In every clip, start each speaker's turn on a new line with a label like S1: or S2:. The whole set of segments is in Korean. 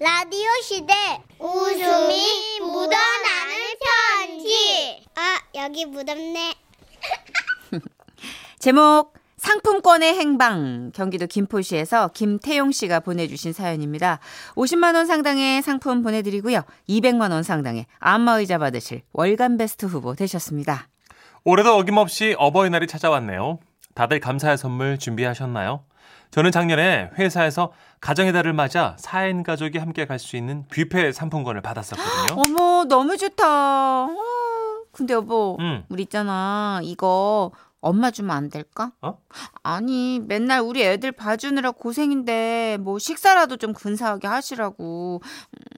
S1: 라디오 시대 웃음이 묻어나는 편지 아 여기 묻었네
S2: 제목 상품권의 행방 경기도 김포시에서 김태용 씨가 보내주신 사연입니다. 50만 원 상당의 상품 보내드리고요. 200만 원 상당의 안마의자 받으실 월간 베스트 후보 되셨습니다.
S3: 올해도 어김없이 어버이날이 찾아왔네요. 다들 감사의 선물 준비하셨나요? 저는 작년에 회사에서 가정의 달을 맞아 4인 가족이 함께 갈 수 있는 뷔페 상품권을 받았었거든요.
S2: 어머 너무 좋다. 어, 근데 여보
S3: 음.
S2: 우리 있잖아 이거 엄마 주면 안 될까?
S3: 어?
S2: 아니 맨날 우리 애들 봐주느라 고생인데 뭐 식사라도 좀 근사하게 하시라고.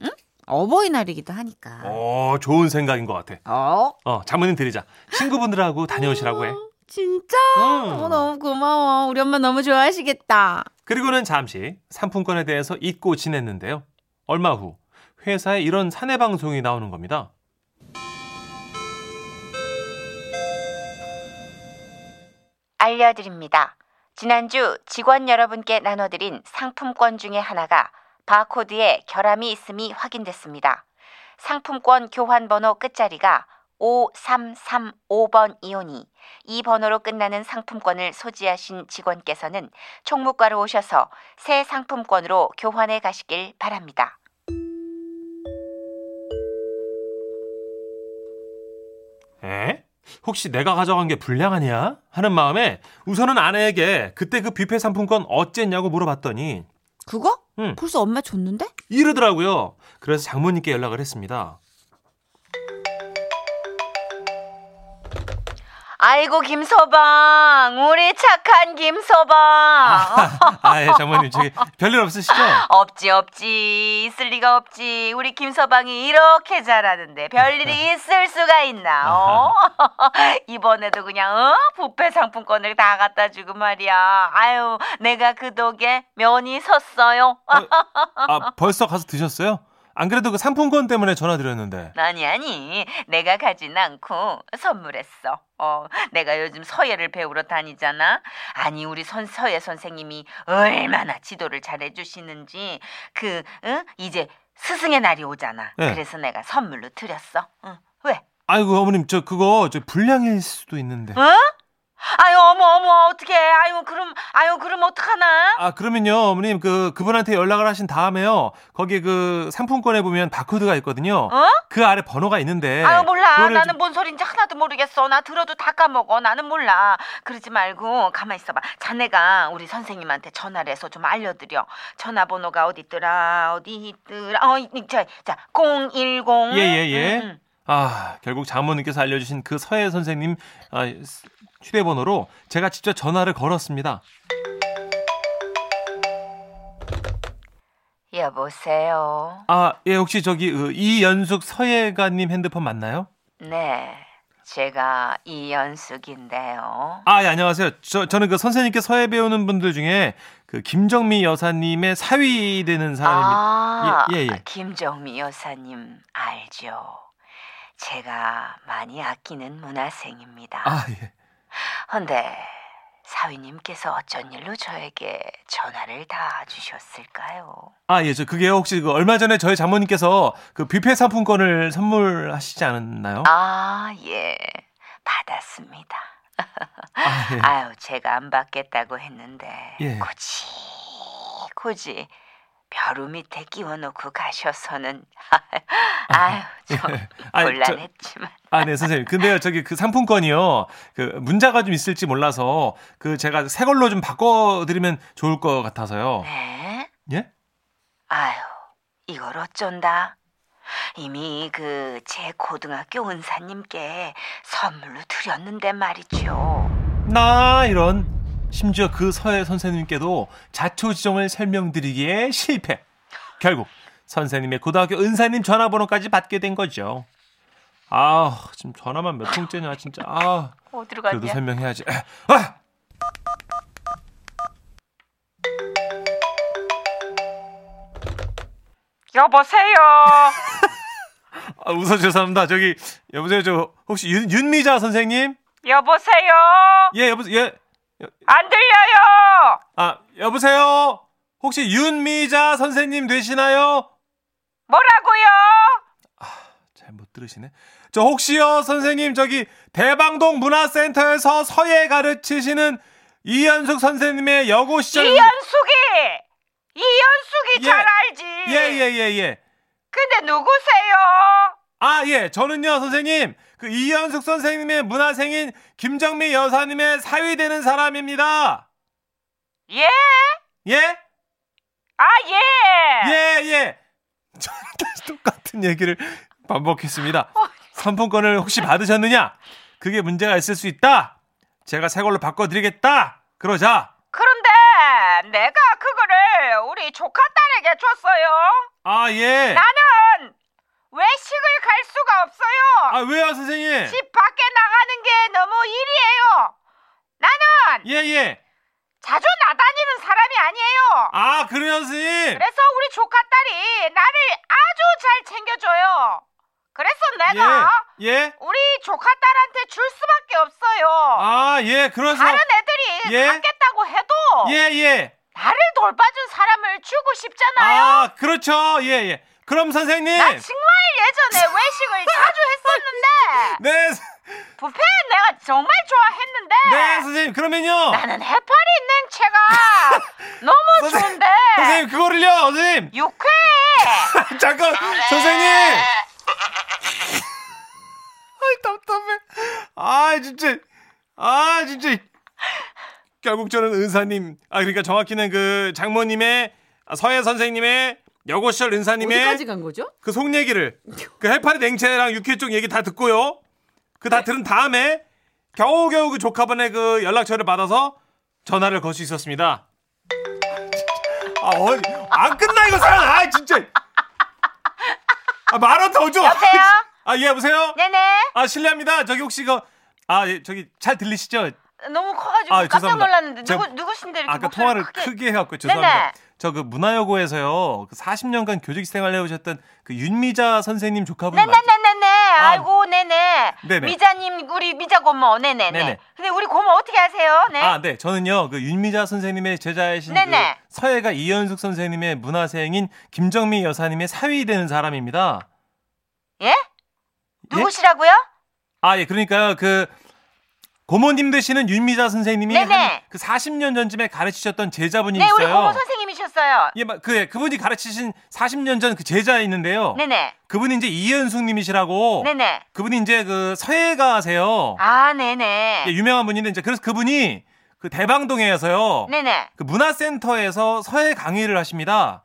S2: 응? 어버이날이기도 하니까.
S3: 어, 좋은 생각인 것 같아.
S2: 어?
S3: 어, 자모님 드리자. 친구분들하고 다녀오시라고 해.
S2: 진짜? 어,
S3: 음.
S2: 너무 고마워. 우리 엄마 너무 좋아하시겠다.
S3: 그리고는 잠시 상품권에 대해서 잊고 지냈는데요. 얼마 후 회사에 이런 사내 방송이 나오는 겁니다.
S2: 알려드립니다. 지난주 직원 여러분께 나눠드린 상품권 중에 하나가 바코드에 결함이 있음이 확인됐습니다. 상품권 교환번호 끝자리가 5335번 이오니 이 번호로 끝나는 상품권을 소지하신 직원께서는 총무과로 오셔서 새 상품권으로 교환해 가시길 바랍니다.
S3: 에? 혹시 내가 가져간 게 불량하냐? 하는 마음에 우선은 아내에게 그때 그 뷔페 상품권 어쨌냐고 물어봤더니
S2: 그거?
S3: 응.
S2: 벌써 엄마 줬는데?
S3: 이러더라고요. 그래서 장모님께 연락을 했습니다.
S2: 아이고 김서방 우리 착한 김서방
S3: 아, 예, 장모님, 저기 별일 없으시죠?
S2: 없지 없지 있을 리가 없지 우리 김서방이 이렇게 잘하는데 별일이 있을 수가 있나 어? 이번에도 그냥 어? 부패 상품권을 다 갖다 주고 말이야 아유 내가 그 덕에 면이 섰어요
S3: 아, 벌써 가서 드셨어요? 안 그래도 그 상품권 때문에 전화드렸는데.
S2: 아니 아니 내가 가진 않고 선물했어. 어 내가 요즘 서예를 배우러 다니잖아. 아니 우리 선 서예 선생님이 얼마나 지도를 잘해 주시는지 그 응? 이제 스승의 날이 오잖아.
S3: 네.
S2: 그래서 내가 선물로 드렸어. 응. 왜?
S3: 아이고, 어머님, 저 그거 저 불량일 수도 있는데.
S2: 아유 어머 어머 어떡해. 아유 그럼 아유 그럼 어떡하나?
S3: 아, 그러면요, 어머님, 그, 그분한테 연락을 하신 다음에요. 거기 그 상품권에 보면 바코드가 있거든요.
S2: 어?
S3: 그 아래 번호가 있는데.
S2: 아유 몰라
S3: 그거를
S2: 나는
S3: 좀-
S2: 뭔 소린지 하나도 모르겠어 나 들어도 다 까먹어 나는 몰라 그러지 말고 가만 있어봐 자네가 우리 선생님한테 전화를 해서 좀 알려드려 전화번호가 어디 있더라 어디 있더라 어자자010 음,
S3: 예, 예, 예. 아, 결국 장모님께서 알려주신 그 서예 선생님 아, 스- 휴대번호로 제가 직접 전화를 걸었습니다.
S2: 여보세요
S3: 아, 예, 혹시 저기 그 이연숙 서예가님 핸드폰 맞나요?
S2: 네 제가 이연숙인데요
S3: 아, 예, 안녕하세요. 저, 저는 그 선생님께 서예 배우는 분들 중에 그 김정미 여사님의 사위 되는 사람입니다.
S2: 아,
S3: 예, 예, 예.
S2: 김정미 여사님 알죠 제가 많이 아끼는 문화생입니다
S3: 아, 예.
S2: 헌데 사위님께서 어쩐 일로 저에게 전화를 다 주셨을까요?
S3: 아, 예, 저 그게요. 혹시 그 얼마 전에 저희 장모님께서 그 뷔페 상품권을 선물하시지 않았나요?
S2: 아, 예. 받았습니다.
S3: 아, 예.
S2: 아유, 제가 안 받겠다고 했는데
S3: 예.
S2: 굳이 굳이 벼루 밑에 끼워놓고 가셔서는 아유, 좀
S3: 예. 아니, 저-
S2: 곤란했지만
S3: 아, 네, 선생님. 근데요, 저기 그 상품권이요. 그 문자가 좀 있을지 몰라서 그 제가 새 걸로 좀 바꿔드리면 좋을 것 같아서요.
S2: 네.
S3: 예?
S2: 아유, 이걸 어쩐다. 이미 그 제 고등학교 은사님께 선물로 드렸는데 말이죠.
S3: 나 이런. 심지어 그 서예 선생님께도 자초지종을 설명드리기에 실패. 결국 선생님의 고등학교 은사님 전화번호까지 받게 된 거죠. 아, 지금 전화만 몇 통째냐, 진짜. 아,
S2: 어디로
S3: 그래도
S2: 갔냐?
S3: 설명해야지. 아!
S2: 여보세요.
S3: 아, 웃어 죄송합니다. 저기 여보세요, 저 혹시 윤, 윤미자 선생님?
S2: 여보세요.
S3: 예, 여보세요. 예.
S2: 안 들려요.
S3: 아, 여보세요? 혹시 윤미자 선생님 되시나요?
S2: 뭐라고요?
S3: 잘 못 들으시네. 저 혹시요 선생님 저기 대방동 문화센터에서 서예 가르치시는 이현숙 선생님의 여고 시절
S2: 이현숙이 이현숙이
S3: 예.
S2: 잘 알지.
S3: 예예예 예, 예.
S2: 근데 누구세요?
S3: 아, 예. 저는요, 선생님. 그 이현숙 선생님의 문화생인 김정미 여사님의 사위 되는 사람입니다.
S2: 예?
S3: 예?
S2: 아 예.
S3: 예, 예. 저는 다시 똑같은 얘기를 반복했습니다.
S2: 어.
S3: 상품권을 혹시 받으셨느냐? 그게 문제가 있을 수 있다. 제가 새 걸로 바꿔드리겠다. 그러자.
S2: 그런데 내가 그거를 우리 조카 딸에게 줬어요.
S3: 아, 예.
S2: 나는 외식을 갈 수가 없어요.
S3: 아, 왜요, 선생님?
S2: 집 밖에 나가는 게 너무 일이에요. 나는
S3: 예, 예.
S2: 자주 나다니는 사람이 아니에요.
S3: 아, 그래요, 선생님.
S2: 그래서 우리 조카 딸이 나를 아주 잘 챙겨줘요. 그래서 내가
S3: 예, 예.
S2: 우리 조카 딸한테 줄 수밖에 없어요.
S3: 아, 예, 그러세요.
S2: 다른 애들이
S3: 예?
S2: 받겠다고 해도
S3: 예, 예.
S2: 나를 돌봐준 사람을 주고 싶잖아요.
S3: 아, 그렇죠. 예, 예. 그럼 선생님.
S2: 나 정말 예전에 외식을 자주 했었는데
S3: 네,
S2: 뷔페 내가 정말 좋아했는데
S3: 네, 선생님. 그러면요.
S2: 나는 해파리 냉채가 너무
S3: 선생-
S2: 좋은데
S3: 선생님, 그거를요, 선생님.
S2: 육회
S3: 잠깐, 선생님. 아이, 답답해. 아, 진짜. 아, 진짜. 결국 저는 은사님, 아, 그러니까 정확히는 그 장모님의, 아, 서예 선생님의, 여고 시절 은사님의
S4: 어디까지 간 거죠?
S3: 그 속 얘기를 그 해파리 냉채랑 육회 쪽 얘기 다 듣고요. 그
S2: 네.
S3: 다 들은 다음에 겨우겨우 그 조카분의 그 연락처를 받아서 전화를 걸 수 있었습니다. 아, 어, 안 끝나 이거 사연. 아, 진짜. 아, 말은 더 줘.
S2: 여보세요?
S3: 아, 예, 여보세요?
S2: 네네
S3: 아, 실례합니다. 저기 혹시 그 아, 예, 저기 잘 들리시죠?
S2: 너무 커가지고
S3: 아,
S2: 깜짝
S3: 죄송합니다.
S2: 놀랐는데 누구
S3: 제가
S2: 누구신데 이렇게
S3: 아까
S2: 목소리
S3: 통화를
S2: 크게,
S3: 크게, 해갖고 죄송합니다.
S2: 네네.
S3: 저 그 문화여고에서요 그 40년간 교직 생활을 해오셨던 그 윤미자 선생님 조카분 맞죠?
S2: 네네네네네 아이고 네네
S3: 네네.
S2: 미자님 우리 미자 고모 네네네
S3: 네네.
S2: 근데 우리 고모 어떻게 아세요? 네
S3: 아, 네. 저는요. 그 윤미자 선생님의 제자이신 그
S2: 네네.
S3: 서예가 이현숙 선생님의 문화생인 김정미 여사님의 사위 되는 사람입니다.
S2: 예? 누구시라고요?
S3: 아, 예. 그러니까요. 그 고모님 되시는 윤미자 선생님이
S2: 네네.
S3: 한 그 40년 전쯤에 가르치셨던 제자분이
S2: 네 우리
S3: 있어요.
S2: 고모 선생님이셨어요
S3: 예, 막 그, 예, 그분이 가르치신 40년 전 그 제자 있는데요.
S2: 네네
S3: 그분이 이제 이현숙 님이시라고
S2: 네네
S3: 그분이 이제 그 서예가세요.
S2: 아 네네
S3: 어. 예, 유명한 분인데 이제 그래서 그분이 그 대방동에서요.
S2: 네네
S3: 그 문화센터에서 서예 강의를 하십니다.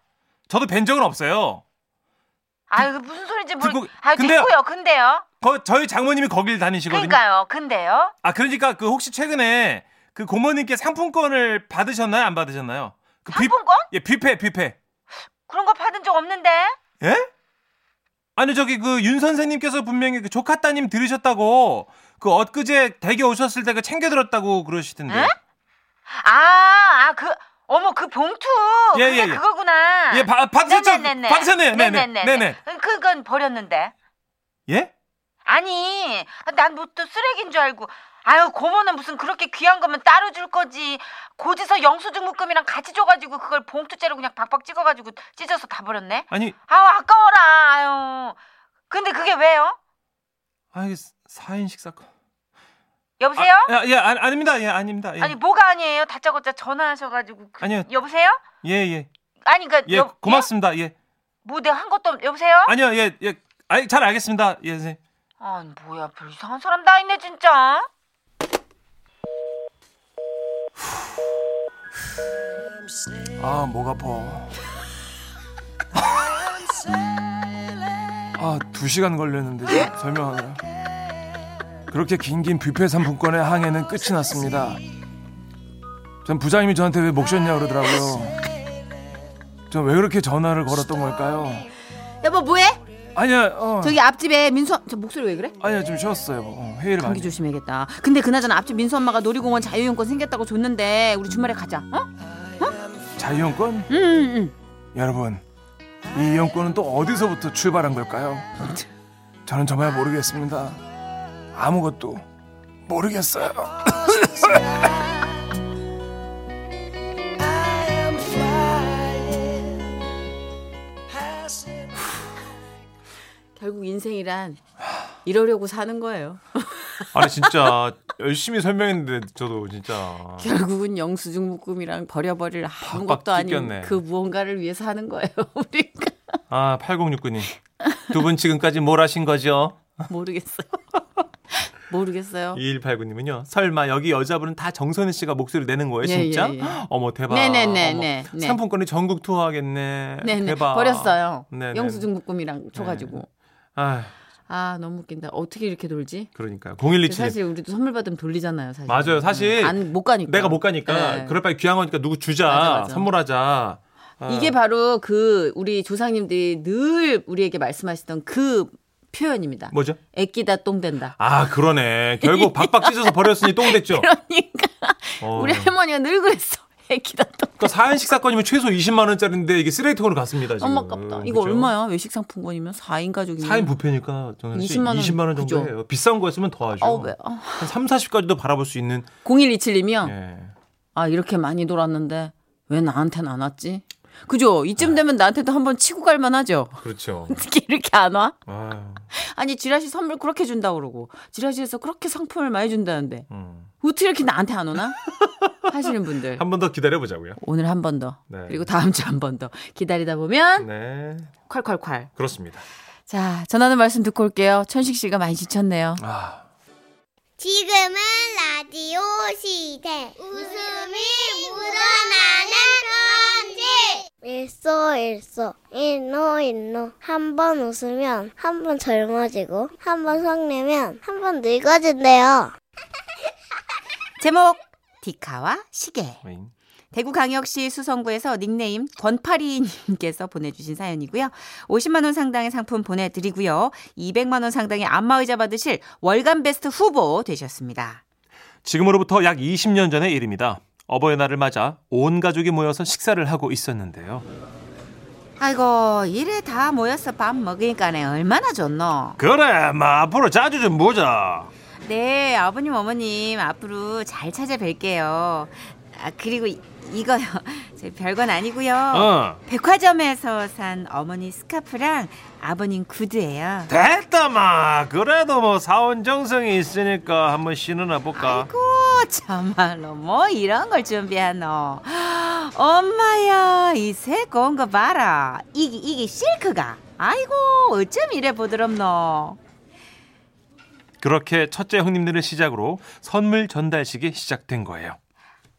S3: 저도 뵌 적은 없어요.
S2: 아유 그 무슨 소리인지 모르
S3: 듣고-
S2: 겠아
S3: 근데요.
S2: 듣고요 근데요
S3: 거, 저희 장모님이 거길 다니시거든요.
S2: 그러니까요 근데요
S3: 아 그러니까 그 혹시 최근에 그 고모님께 상품권을 받으셨나요? 안 받으셨나요? 그 뷔-
S2: 상품권?
S3: 예, 뷔페, 뷔페.
S2: 그런 거 받은 적 없는데
S3: 예? 아니 저기 그 윤 선생님께서 분명히 그 조카 따님 들으셨다고 그 엊그제 댁에 오셨을 때 그 챙겨 들었다고 그러시던데.
S2: 에? 아, 아, 그, 어머, 그 봉투.
S3: 예,
S2: 그게
S3: 예, 예.
S2: 그거구나.
S3: 예, 바- 받으셨죠?
S2: 네네네네.
S3: 받으셨네요. 네네.
S2: 네네네네.
S3: 네네.
S2: 그- 그건 버렸는데.
S3: 예?
S2: 아니, 난 뭐 또 쓰레기인 줄 알고. 아유, 고모는 무슨 그렇게 귀한 거면 따로 줄 거지. 고지서 영수증 묶음이랑 같이 줘가지고 그걸 봉투째로 그냥 박박 찍어가지고 찢어서 다 버렸네.
S3: 아니,
S2: 아우, 아까워라. 아유. 근데 그게 왜요?
S3: 아 이게 4인식 사건.
S2: 여보세요?
S3: 아, 예, 예, 아, 아닙니다. 예, 아닙니다. 예.
S2: 아니 뭐가 아니에요? 다짜고짜 전화하셔가지고 그-
S3: 아니요.
S2: 여보세요?
S3: 예, 예.
S2: 아니 그러니까 그니까
S3: 예, 고맙습니다. 예.
S2: 뭐내한 것도 없- 여보세요?
S3: 아니요, 예, 예. 아니, 잘 알겠습니다. 예, 선생님.
S2: 아니 뭐야 별 이상한 사람 다 있네 진짜
S3: 아, 목 아파. 아, 두 시간 걸렸는데 지금 설명하느라. 그렇게 긴긴 뷔페 상품권의 항해는 끝이 났습니다. 전 부장님이 저한테 왜 목 쉬었냐 그러더라고요. 전 왜 그렇게 전화를 걸었던 걸까요?
S4: 여보 뭐해?
S3: 아니야, 어.
S4: 저기 앞집에 민수 저 목소리 왜 그래?
S3: 아니야, 좀 쉬었어요. 어, 회의를 많이.
S4: 감기 조심해야겠다. 근데 그나저나 앞집 민수 엄마가 놀이공원 자유이용권 생겼다고 줬는데 우리 주말에 가자. 어?
S3: 자유형권?
S4: 응, 응, 응.
S3: 여러분 이 이용권은 또 어디서부터 출발한 걸까요? 저는 정말 모르겠습니다. 아무것도 모르겠어요.
S4: 결국 인생이란 이러려고 사는 거예요.
S3: 아니 진짜 열심히 설명했는데 저도 진짜
S4: 결국은 영수증 묶음이랑 버려버릴 아무것도
S3: 아,
S4: 아닌
S3: 찢겼네.
S4: 그 무언가를 위해서 하는 거예요. 우리가
S3: 아 8069님 두 분 지금까지 뭘 하신 거죠?
S4: 모르겠어요. 모르겠어요.
S3: 2189님은요. 설마 여기 여자분은 다 정선희 씨가 목소리를 내는 거예요,
S4: 예,
S3: 진짜?
S4: 예, 예.
S3: 어머 대박.
S4: 네네네,
S3: 어머,
S4: 네, 네.
S3: 상품권이 전국 투어하겠네.
S4: 네네
S3: 예, 대박.
S4: 버렸어요.
S3: 네네.
S4: 영수증 묶음이랑 줘가지고
S3: 아
S4: 아 너무 웃긴다. 어떻게 이렇게 돌지?
S3: 그러니까 0127.
S4: 사실 우리도 선물 받으면 돌리잖아요. 사실 네.
S3: 맞아요. 사실
S4: 안 못 가니까
S3: 내가 못 가니까
S4: 네.
S3: 그럴 바에 귀한 거니까 누구 주자
S4: 맞아, 맞아.
S3: 선물하자. 아,
S4: 이게 바로 그 우리 조상님들이 늘 우리에게 말씀하시던 그 표현입니다.
S3: 뭐죠?
S4: 애끼다 똥된다.
S3: 아 그러네. 결국 박박 찢어서 버렸으니 똥 됐죠.
S4: 그러니까
S3: 어.
S4: 우리 할머니가 늘 그랬어. 애끼다 똥.
S3: 그러니까 사연식 사건이면 최소 20만 원짜리인데 이게 쓰레기통으로 갔습니다. 지금. 어,
S4: 엄마 깝다. 이거
S3: 그죠?
S4: 얼마야? 외식 상품권이면 4인 가족이면
S3: 4인 부페니까 저는
S4: 20만 원,
S3: 20만, 20만 원
S4: 그죠?
S3: 정도예요. 비싼 거였으면 더하죠.
S4: 어, 왜? 어.
S3: 한 3, 40까지도 바라볼 수 있는
S4: 0127님이요.
S3: 예.
S4: 아 이렇게 많이 돌았는데 왜 나한테는 안 왔지? 그죠? 이쯤 되면 나한테도 한번 치고 갈 만하죠.
S3: 그렇죠.
S4: 어떻게 이렇게 안 와?
S3: 아유,
S4: 아니 지라시 선물 그렇게 준다 고 그러고 지라시에서 그렇게 상품을 많이 준다는데
S3: 음.
S4: 어떻게 이렇게 나한테 안 오나? 하시는 분들
S3: 한번 더 기다려 보자고요.
S4: 오늘 한 번 더
S3: 네.
S4: 그리고 다음 주 한 번 더 기다리다 보면
S3: 네.
S4: 콸콸콸.
S3: 그렇습니다.
S4: 자 전하는 말씀 듣고 올게요. 천식 씨가 많이 지쳤네요.
S3: 아,
S1: 지금은 라디오 시대. 웃음이 묻어나는 편지. 일소 일소 일노 일노 한 번 웃으면 한 번 젊어지고 한 번 성내면 한 번 늙어진대요.
S4: 제목 디카와 시계.
S3: 잉.
S4: 대구광역시 수성구에서 닉네임 권파리님께서 보내주신 사연이고요. 50만 원 상당의 상품 보내드리고요. 200만 원 상당의 안마의자 받으실 월간 베스트 후보 되셨습니다.
S3: 지금으로부터 약 20년 전의 일입니다. 어버이날을 맞아 온 가족이 모여서 식사를 하고 있었는데요.
S4: 아이고 이래 다 모여서 밥 먹으니까네 얼마나 좋노.
S3: 그래, 마 앞으로 자주 좀 보자.
S4: 네 아버님 어머님 앞으로 잘 찾아뵐게요. 아 그리고 이- 이거요. 제 별건 아니고요.
S3: 어.
S4: 백화점에서 산 어머니 스카프랑 아버님 구두예요.
S3: 됐다 마. 그래도 뭐 사원 정성이 있으니까 한번 신어나 볼까.
S4: 아이고 참말로 뭐 이런 걸 준비하노 엄마야 이 새거 온 거 봐라 이게 이게 실크가 아이고 어쩜 이래 부드럽노
S3: 그렇게 첫째 형님들을 시작으로 선물 전달식이 시작된 거예요.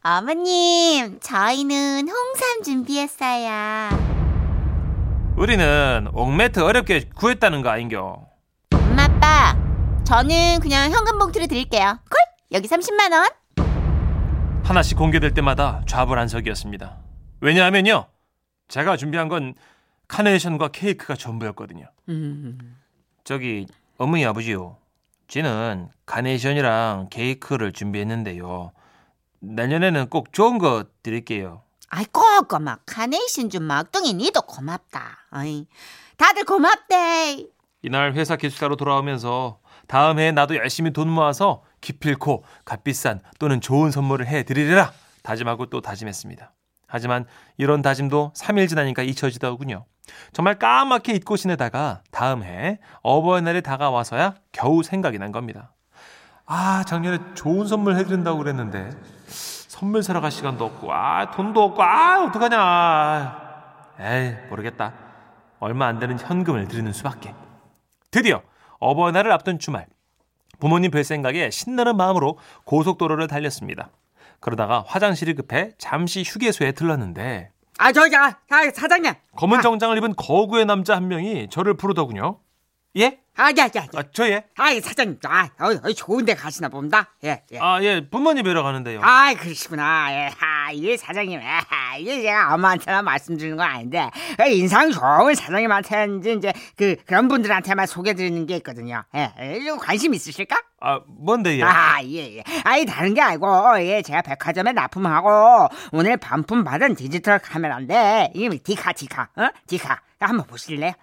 S4: 어머님 저희는 홍삼 준비했어요
S3: 우리는 옥매트 어렵게 구했다는 거 아닌겨.
S4: 엄마 아빠 저는 그냥 현금 봉투로 드릴게요 콜 여기 30만 원
S3: 하나씩 공개될 때마다 좌불안석이었습니다. 왜냐하면요, 제가 준비한 건 카네이션과 케이크가 전부였거든요. 저기 어머니 아버지요, 쟤는 카네이션이랑 케이크를 준비했는데요. 내년에는 꼭 좋은 거 드릴게요.
S4: 아이고 고마 카네이션 좀 막둥이 니도 고맙다 어이. 다들 고맙대
S3: 이날 회사 기숙사로 돌아오면서 다음 해에 나도 열심히 돈 모아서 기필코 값비싼 또는 좋은 선물을 해드리리라 다짐하고 또 다짐했습니다. 하지만 이런 다짐도 3일 지나니까 잊혀지더군요. 정말 까맣게 잊고 지내다가 다음 해 어버이날이 다가와서야 겨우 생각이 난 겁니다. 아 작년에 좋은 선물 해드린다고 그랬는데 선물 사러 갈 시간도 없고 아 돈도 없고 아 어떡하냐 에이 모르겠다 얼마 안 되는 현금을 드리는 수밖에 드디어 어버이날을 앞둔 주말 부모님 뵐 생각에 신나는 마음으로 고속도로를 달렸습니다. 그러다가 화장실이 급해 잠시 휴게소에 들렀는데
S4: 아 저기 아, 아 사장님
S3: 검은 정장을 입은 거구의 남자 한 명이 저를 부르더군요. 예?
S5: 아야야,
S3: 아, 저 예?
S5: 아이 사장님, 아, 어이, 어이, 좋은데 가시나 봅니다. 예, 예.
S3: 아, 예. 부모님 뵈러 가는데요.
S5: 아, 그러시구나. 예, 아, 예, 사장님. 아, 이게 제가 아무한테나 말씀드리는 건 아닌데 어, 인상 좋은 사장님한테인지 이제 그 그런 분들한테만 소개드리는 게 있거든요. 예, 예, 좀 관심 있으실까?
S3: 아, 뭔데 예?
S5: 아, 예, 예. 아이 다른 게 아니고 예, 제가 백화점에 납품하고 오늘 반품 받은 디지털 카메라인데 이게 디카, 디카, 어, 디카. 한번 보실래요?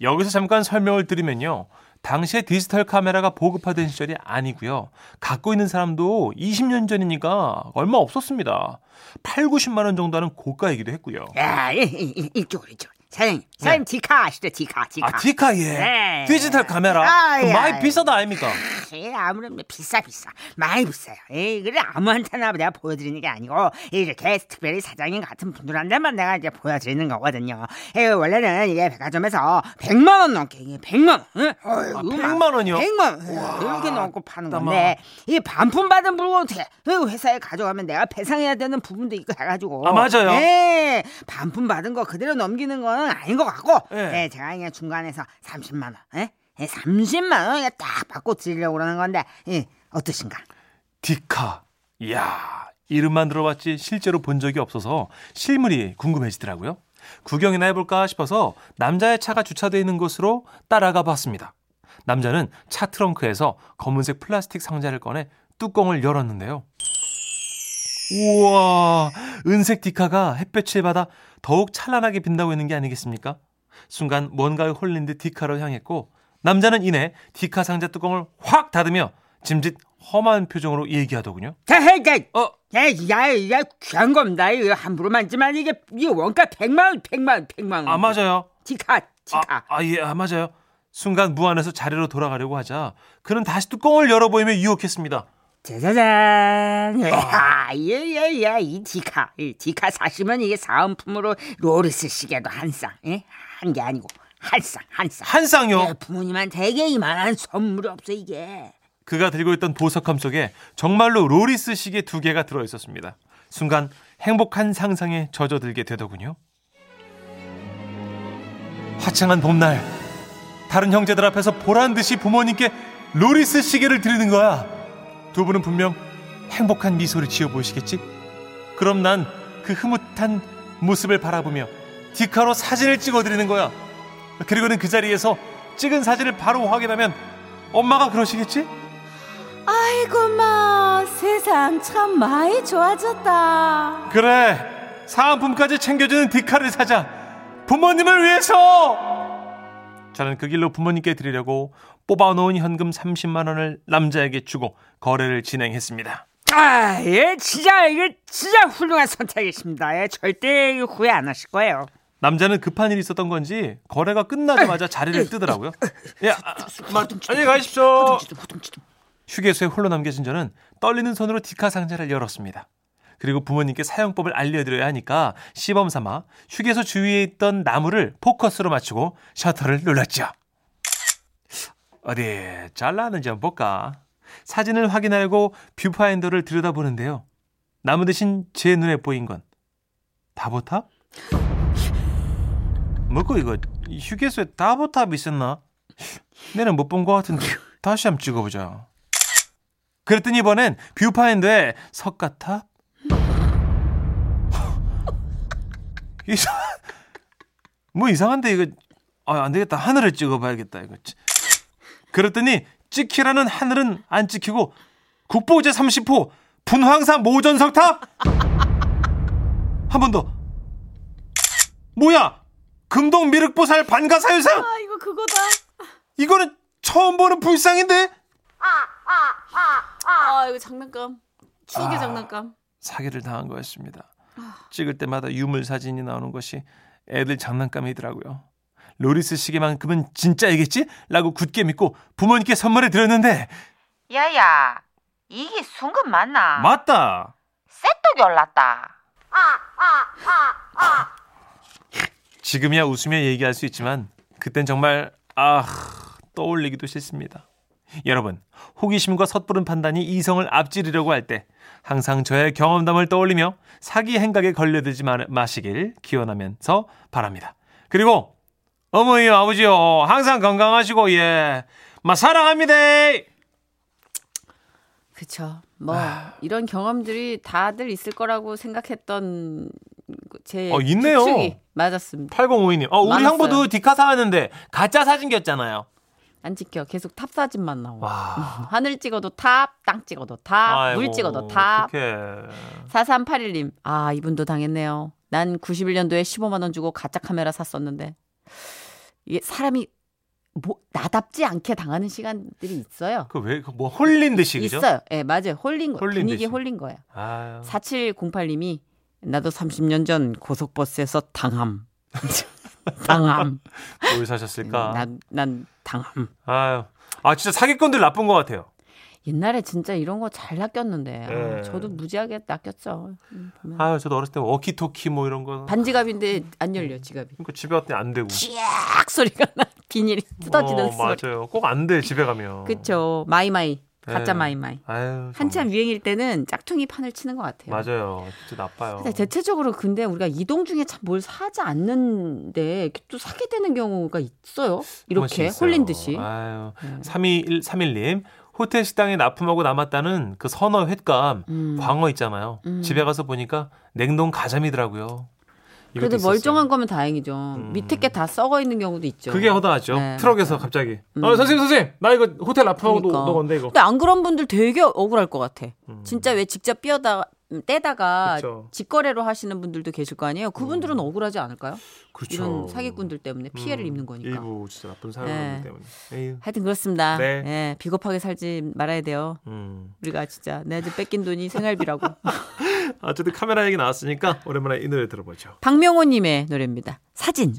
S3: 여기서 잠깐 설명을 드리면요. 당시에 디지털 카메라가 보급화된 시절이 아니고요. 갖고 있는 사람도 20년 전이니까 얼마 없었습니다. 8, 90만 원 정도 하는 고가이기도 했고요.
S5: 야, 예, 이, 이, 이, 이쪽으로, 이쪽으로.
S2: 사장님, 사장님 디카 아시죠? 디카, 디카.
S3: 예. 아, 디카 예.
S2: 네.
S3: 디지털 카메라.
S2: 아,
S3: 그
S2: 예,
S3: 많이
S2: 예.
S3: 비싸다 아닙니까?
S2: 예, 아무래도 비싸 비싸 많이 비싸요. 예, 그래 아무한테나 내가 보여드리는 게 아니고 예, 이렇게 특별히 사장님 같은 분들한테만 내가 이제 보여드리는 거거든요. 예, 원래는 이게 백화점에서 100만 원 넘게 이게 100만 원, 응? 어이구,
S3: 아, 100만 원이요?
S2: 100만 원 이렇게 넘고 파는
S3: 따마.
S2: 건데 이 반품 받은 물건 어떻게 그 회사에 가져가면 내가 배상해야 되는 부분도 있고 해가지고
S3: 아, 맞아요.
S2: 예, 반품 받은 거 그대로 넘기는 건 아닌 것 같고
S3: 예.
S2: 예, 제가 그냥 중간에서 30만 원, 예? 예, 30만 원 그냥 딱 받고 드리려고 그러는 건데, 예, 어떠신가?
S3: 디카. 이야, 이름만 들어봤지 실제로 본 적이 없어서 실물이 궁금해지더라고요. 구경이나 해볼까 싶어서 남자의 차가 주차되어 있는 곳으로 따라가 봤습니다. 남자는 차 트렁크에서 검은색 플라스틱 상자를 꺼내 뚜껑을 열었는데요. 우와, 은색 디카가 햇볕을 받아 더욱 찬란하게 빛나고 있는 게 아니겠습니까? 순간 뭔가에 홀린 듯 디카로 향했고 남자는 이내 디카 상자 뚜껑을 확 닫으며 짐짓 험한 표정으로 얘기하더군요.
S2: 헤헤,
S3: 어,
S2: 야, 야, 야, 귀한 겁니다. 이거 함부로 만지만 이게 이 원가 100만 원, 100만 원, 100만 원.
S3: 아 맞아요.
S2: 티카,
S3: 아,
S2: 티카.
S3: 아, 예, 아 맞아요. 순간 무안에서 자리로 돌아가려고 하자 그는 다시 뚜껑을 열어보이며 유혹했습니다.
S2: 짜자잔. 아, 예, 예, 예, 이 티카, 이 티카 사시면 이게 사은품으로 롤스 시계도 한 쌍, 예? 한 게 아니고 한 쌍, 한 쌍.
S3: 한 쌍요.
S2: 예, 부모님한테 되게 이만한 선물이 없어 이게.
S3: 그가 들고 있던 보석함 속에 정말로 로리스 시계 두 개가 들어 있었습니다. 순간 행복한 상상에 젖어들게 되더군요. 화창한 봄날 다른 형제들 앞에서 보란 듯이 부모님께 로리스 시계를 드리는 거야. 두 분은 분명 행복한 미소를 지어 보이시겠지? 그럼 난 그 흐뭇한 모습을 바라보며 디카로 사진을 찍어 드리는 거야. 그리고는 그 자리에서 찍은 사진을 바로 확인하면 엄마가 그러시겠지?
S4: 아이고 마 세상 참 많이 좋아졌다.
S3: 그래 사은품까지 챙겨주는 디카를 사자 부모님을 위해서 저는 그 길로 부모님께 드리려고 뽑아놓은 현금 30만 원을 남자에게 주고 거래를 진행했습니다
S2: 아, 예, 진짜 이게 진짜 훌륭한 선택이십니다. 예, 절대 후회 안 하실 거예요.
S3: 남자는 급한 일이 있었던 건지 거래가 끝나자마자 자리를 뜨더라고요 야, 아, 마- 안녕히 가십시오 휴게소에 홀로 남겨진 저는 떨리는 손으로 디카 상자를 열었습니다. 그리고 부모님께 사용법을 알려드려야 하니까 시범 삼아 휴게소 주위에 있던 나무를 포커스로 맞추고 셔터를 눌렀죠. 어디 잘 나왔는지 한번 볼까? 사진을 확인하려고 뷰파인더를 들여다보는데요. 나무 대신 제 눈에 보인 건 다보탑? 뭐고 이거 휴게소에 다보탑 있었나? 내는 못 본 것 같은데 다시 한번 찍어보자. 그랬더니 이번엔 뷰파인더에 석가탑? 이상 뭐 이상한데 이거 아, 안 되겠다 하늘을 찍어봐야겠다 이거 그랬더니 찍히라는 하늘은 안 찍히고 국보제 30호 분황산 모전석탑 한 번 더 뭐야 금동 미륵보살 반가사유상 아 이거 그거다 이거는 처음 보는 불상인데
S4: 아 이거 장난감 추억의
S3: 아.
S4: 장난감
S3: 사기를 당한 거였습니다. 찍을 때마다 유물 사진이 나오는 것이 애들 장난감이더라고요. 로리스 시계만큼은 진짜이겠지? 라고 굳게 믿고 부모님께 선물해 드렸는데
S6: 야야 이게 순금 맞나?
S3: 맞다.
S6: 쇳떡이 올랐다.
S3: 지금이야 웃으며 얘기할 수 있지만 그땐 정말 아 떠올리기도 싫습니다. 여러분 호기심과 섣부른 판단이 이성을 앞지르려고 할 때 항상 저의 경험담을 떠올리며 사기 행각에 걸려들지 마, 마시길 기원하면서 바랍니다. 그리고 어머니요 아버지요 항상 건강하시고 예마 사랑합니다.
S4: 그쵸 뭐
S3: 아.
S4: 이런 경험들이 다들 있을 거라고 생각했던 제
S3: 어, 있네요.
S4: 추측이 맞았습니다
S3: 8052님 어 우리
S4: 많았어요.
S3: 형부도 디카 사왔는데 가짜 사진 겼잖아요.
S4: 안 찍혀 계속 탑 사진만 나와
S3: 와.
S4: 하늘 찍어도 탑, 땅 찍어도 탑, 아, 물 찍어도 탑.
S3: 어떡해.
S4: 4381님, 아 이분도 당했네요. 난 91년도에 15만 원 주고 가짜 카메라 샀었는데 이게 사람이 뭐 나답지 않게 당하는 시간들이 있어요.
S3: 그왜뭐 홀린 듯이 그죠?
S4: 있어요. 예, 맞아요. 홀린 거
S3: 홀린
S4: 분위기에
S3: 듯이. 어.
S4: 홀린 거예요.
S3: 아유.
S4: 4708님이 나도 30년 전 고속버스에서 당함. 당함.
S3: 뭘 사셨을까?
S4: 난, 난 당함.
S3: 아유. 아, 진짜 사기꾼들 나쁜 것 같아요.
S4: 옛날에 진짜 이런 거 잘 낚였는데 아,
S3: 예.
S4: 저도 무지하게 낚였죠. 음, 보면.
S3: 아유, 저도 어렸을 때 워키토키 뭐 이런 거.
S4: 반지갑인데 안 열려 지갑이.
S3: 그러니까 집에 갔더니 안 되고.
S4: 딱 소리가 나. 비닐이 뜯어지는
S3: 어,
S4: 소리.
S3: 맞아요. 꼭 안 돼, 집에 가면.
S4: 그쵸. 마이마이.
S3: 예.
S4: 가짜 마이마이.
S3: 아유.
S4: 한참
S3: 정말.
S4: 유행일 때는 짝퉁이 판을 치는 것 같아요.
S3: 어. 맞아요. 진짜 나빠요.
S4: 근데 대체적으로 근데 우리가 이동 중에 참 뭘 사지 않는데 이렇게 또 사게 되는 경우가 있어요.
S3: 한 번씩
S4: 이렇게
S3: 있어요.
S4: 홀린 듯이.
S3: 아유.
S4: 네.
S3: 321, 3님 호텔 식당에 납품하고 남았다는 그 선어 횟감,
S4: 음.
S3: 광어 있잖아요.
S4: 음.
S3: 집에 가서 보니까 냉동 가자미더라고요. 이것도
S4: 그래도
S3: 있었어요. 음.
S4: 멀쩡한 거면 다행이죠. 밑에 게 다 썩어 있는 경우도 있죠.
S3: 그게 허다하죠.
S4: 네, 음.
S3: 트럭에서 갑자기. 어, 선생님, 선생님. 나 이거 호텔 납품하고
S4: 그러니까.
S3: 너 건데 이거.
S4: 근데 안 그런 분들 되게 억울할 것 같아.
S3: 그렇죠. 음.
S4: 진짜 왜 직접 뼈다 떼다가
S3: 그쵸. 음.
S4: 직거래로 하시는 분들도 계실 거 아니에요. 그분들은 억울하지 않을까요?
S3: 그렇죠.
S4: 이런 사기꾼들 때문에 피해를
S3: 음,
S4: 입는 거니까.
S3: 일부 진짜 나쁜
S4: 네.
S3: 사람들 때문에. 에휴.
S4: 하여튼 그렇습니다.
S3: 네.
S4: 예, 비겁하게 살지 말아야 돼요.
S3: 음.
S4: 우리가 진짜 내 아직 뺏긴 돈이 생활비라고.
S3: 어쨌든 카메라 얘기 나왔으니까 오랜만에 이 노래 들어보죠.
S4: 박명호님의 노래입니다. 사진.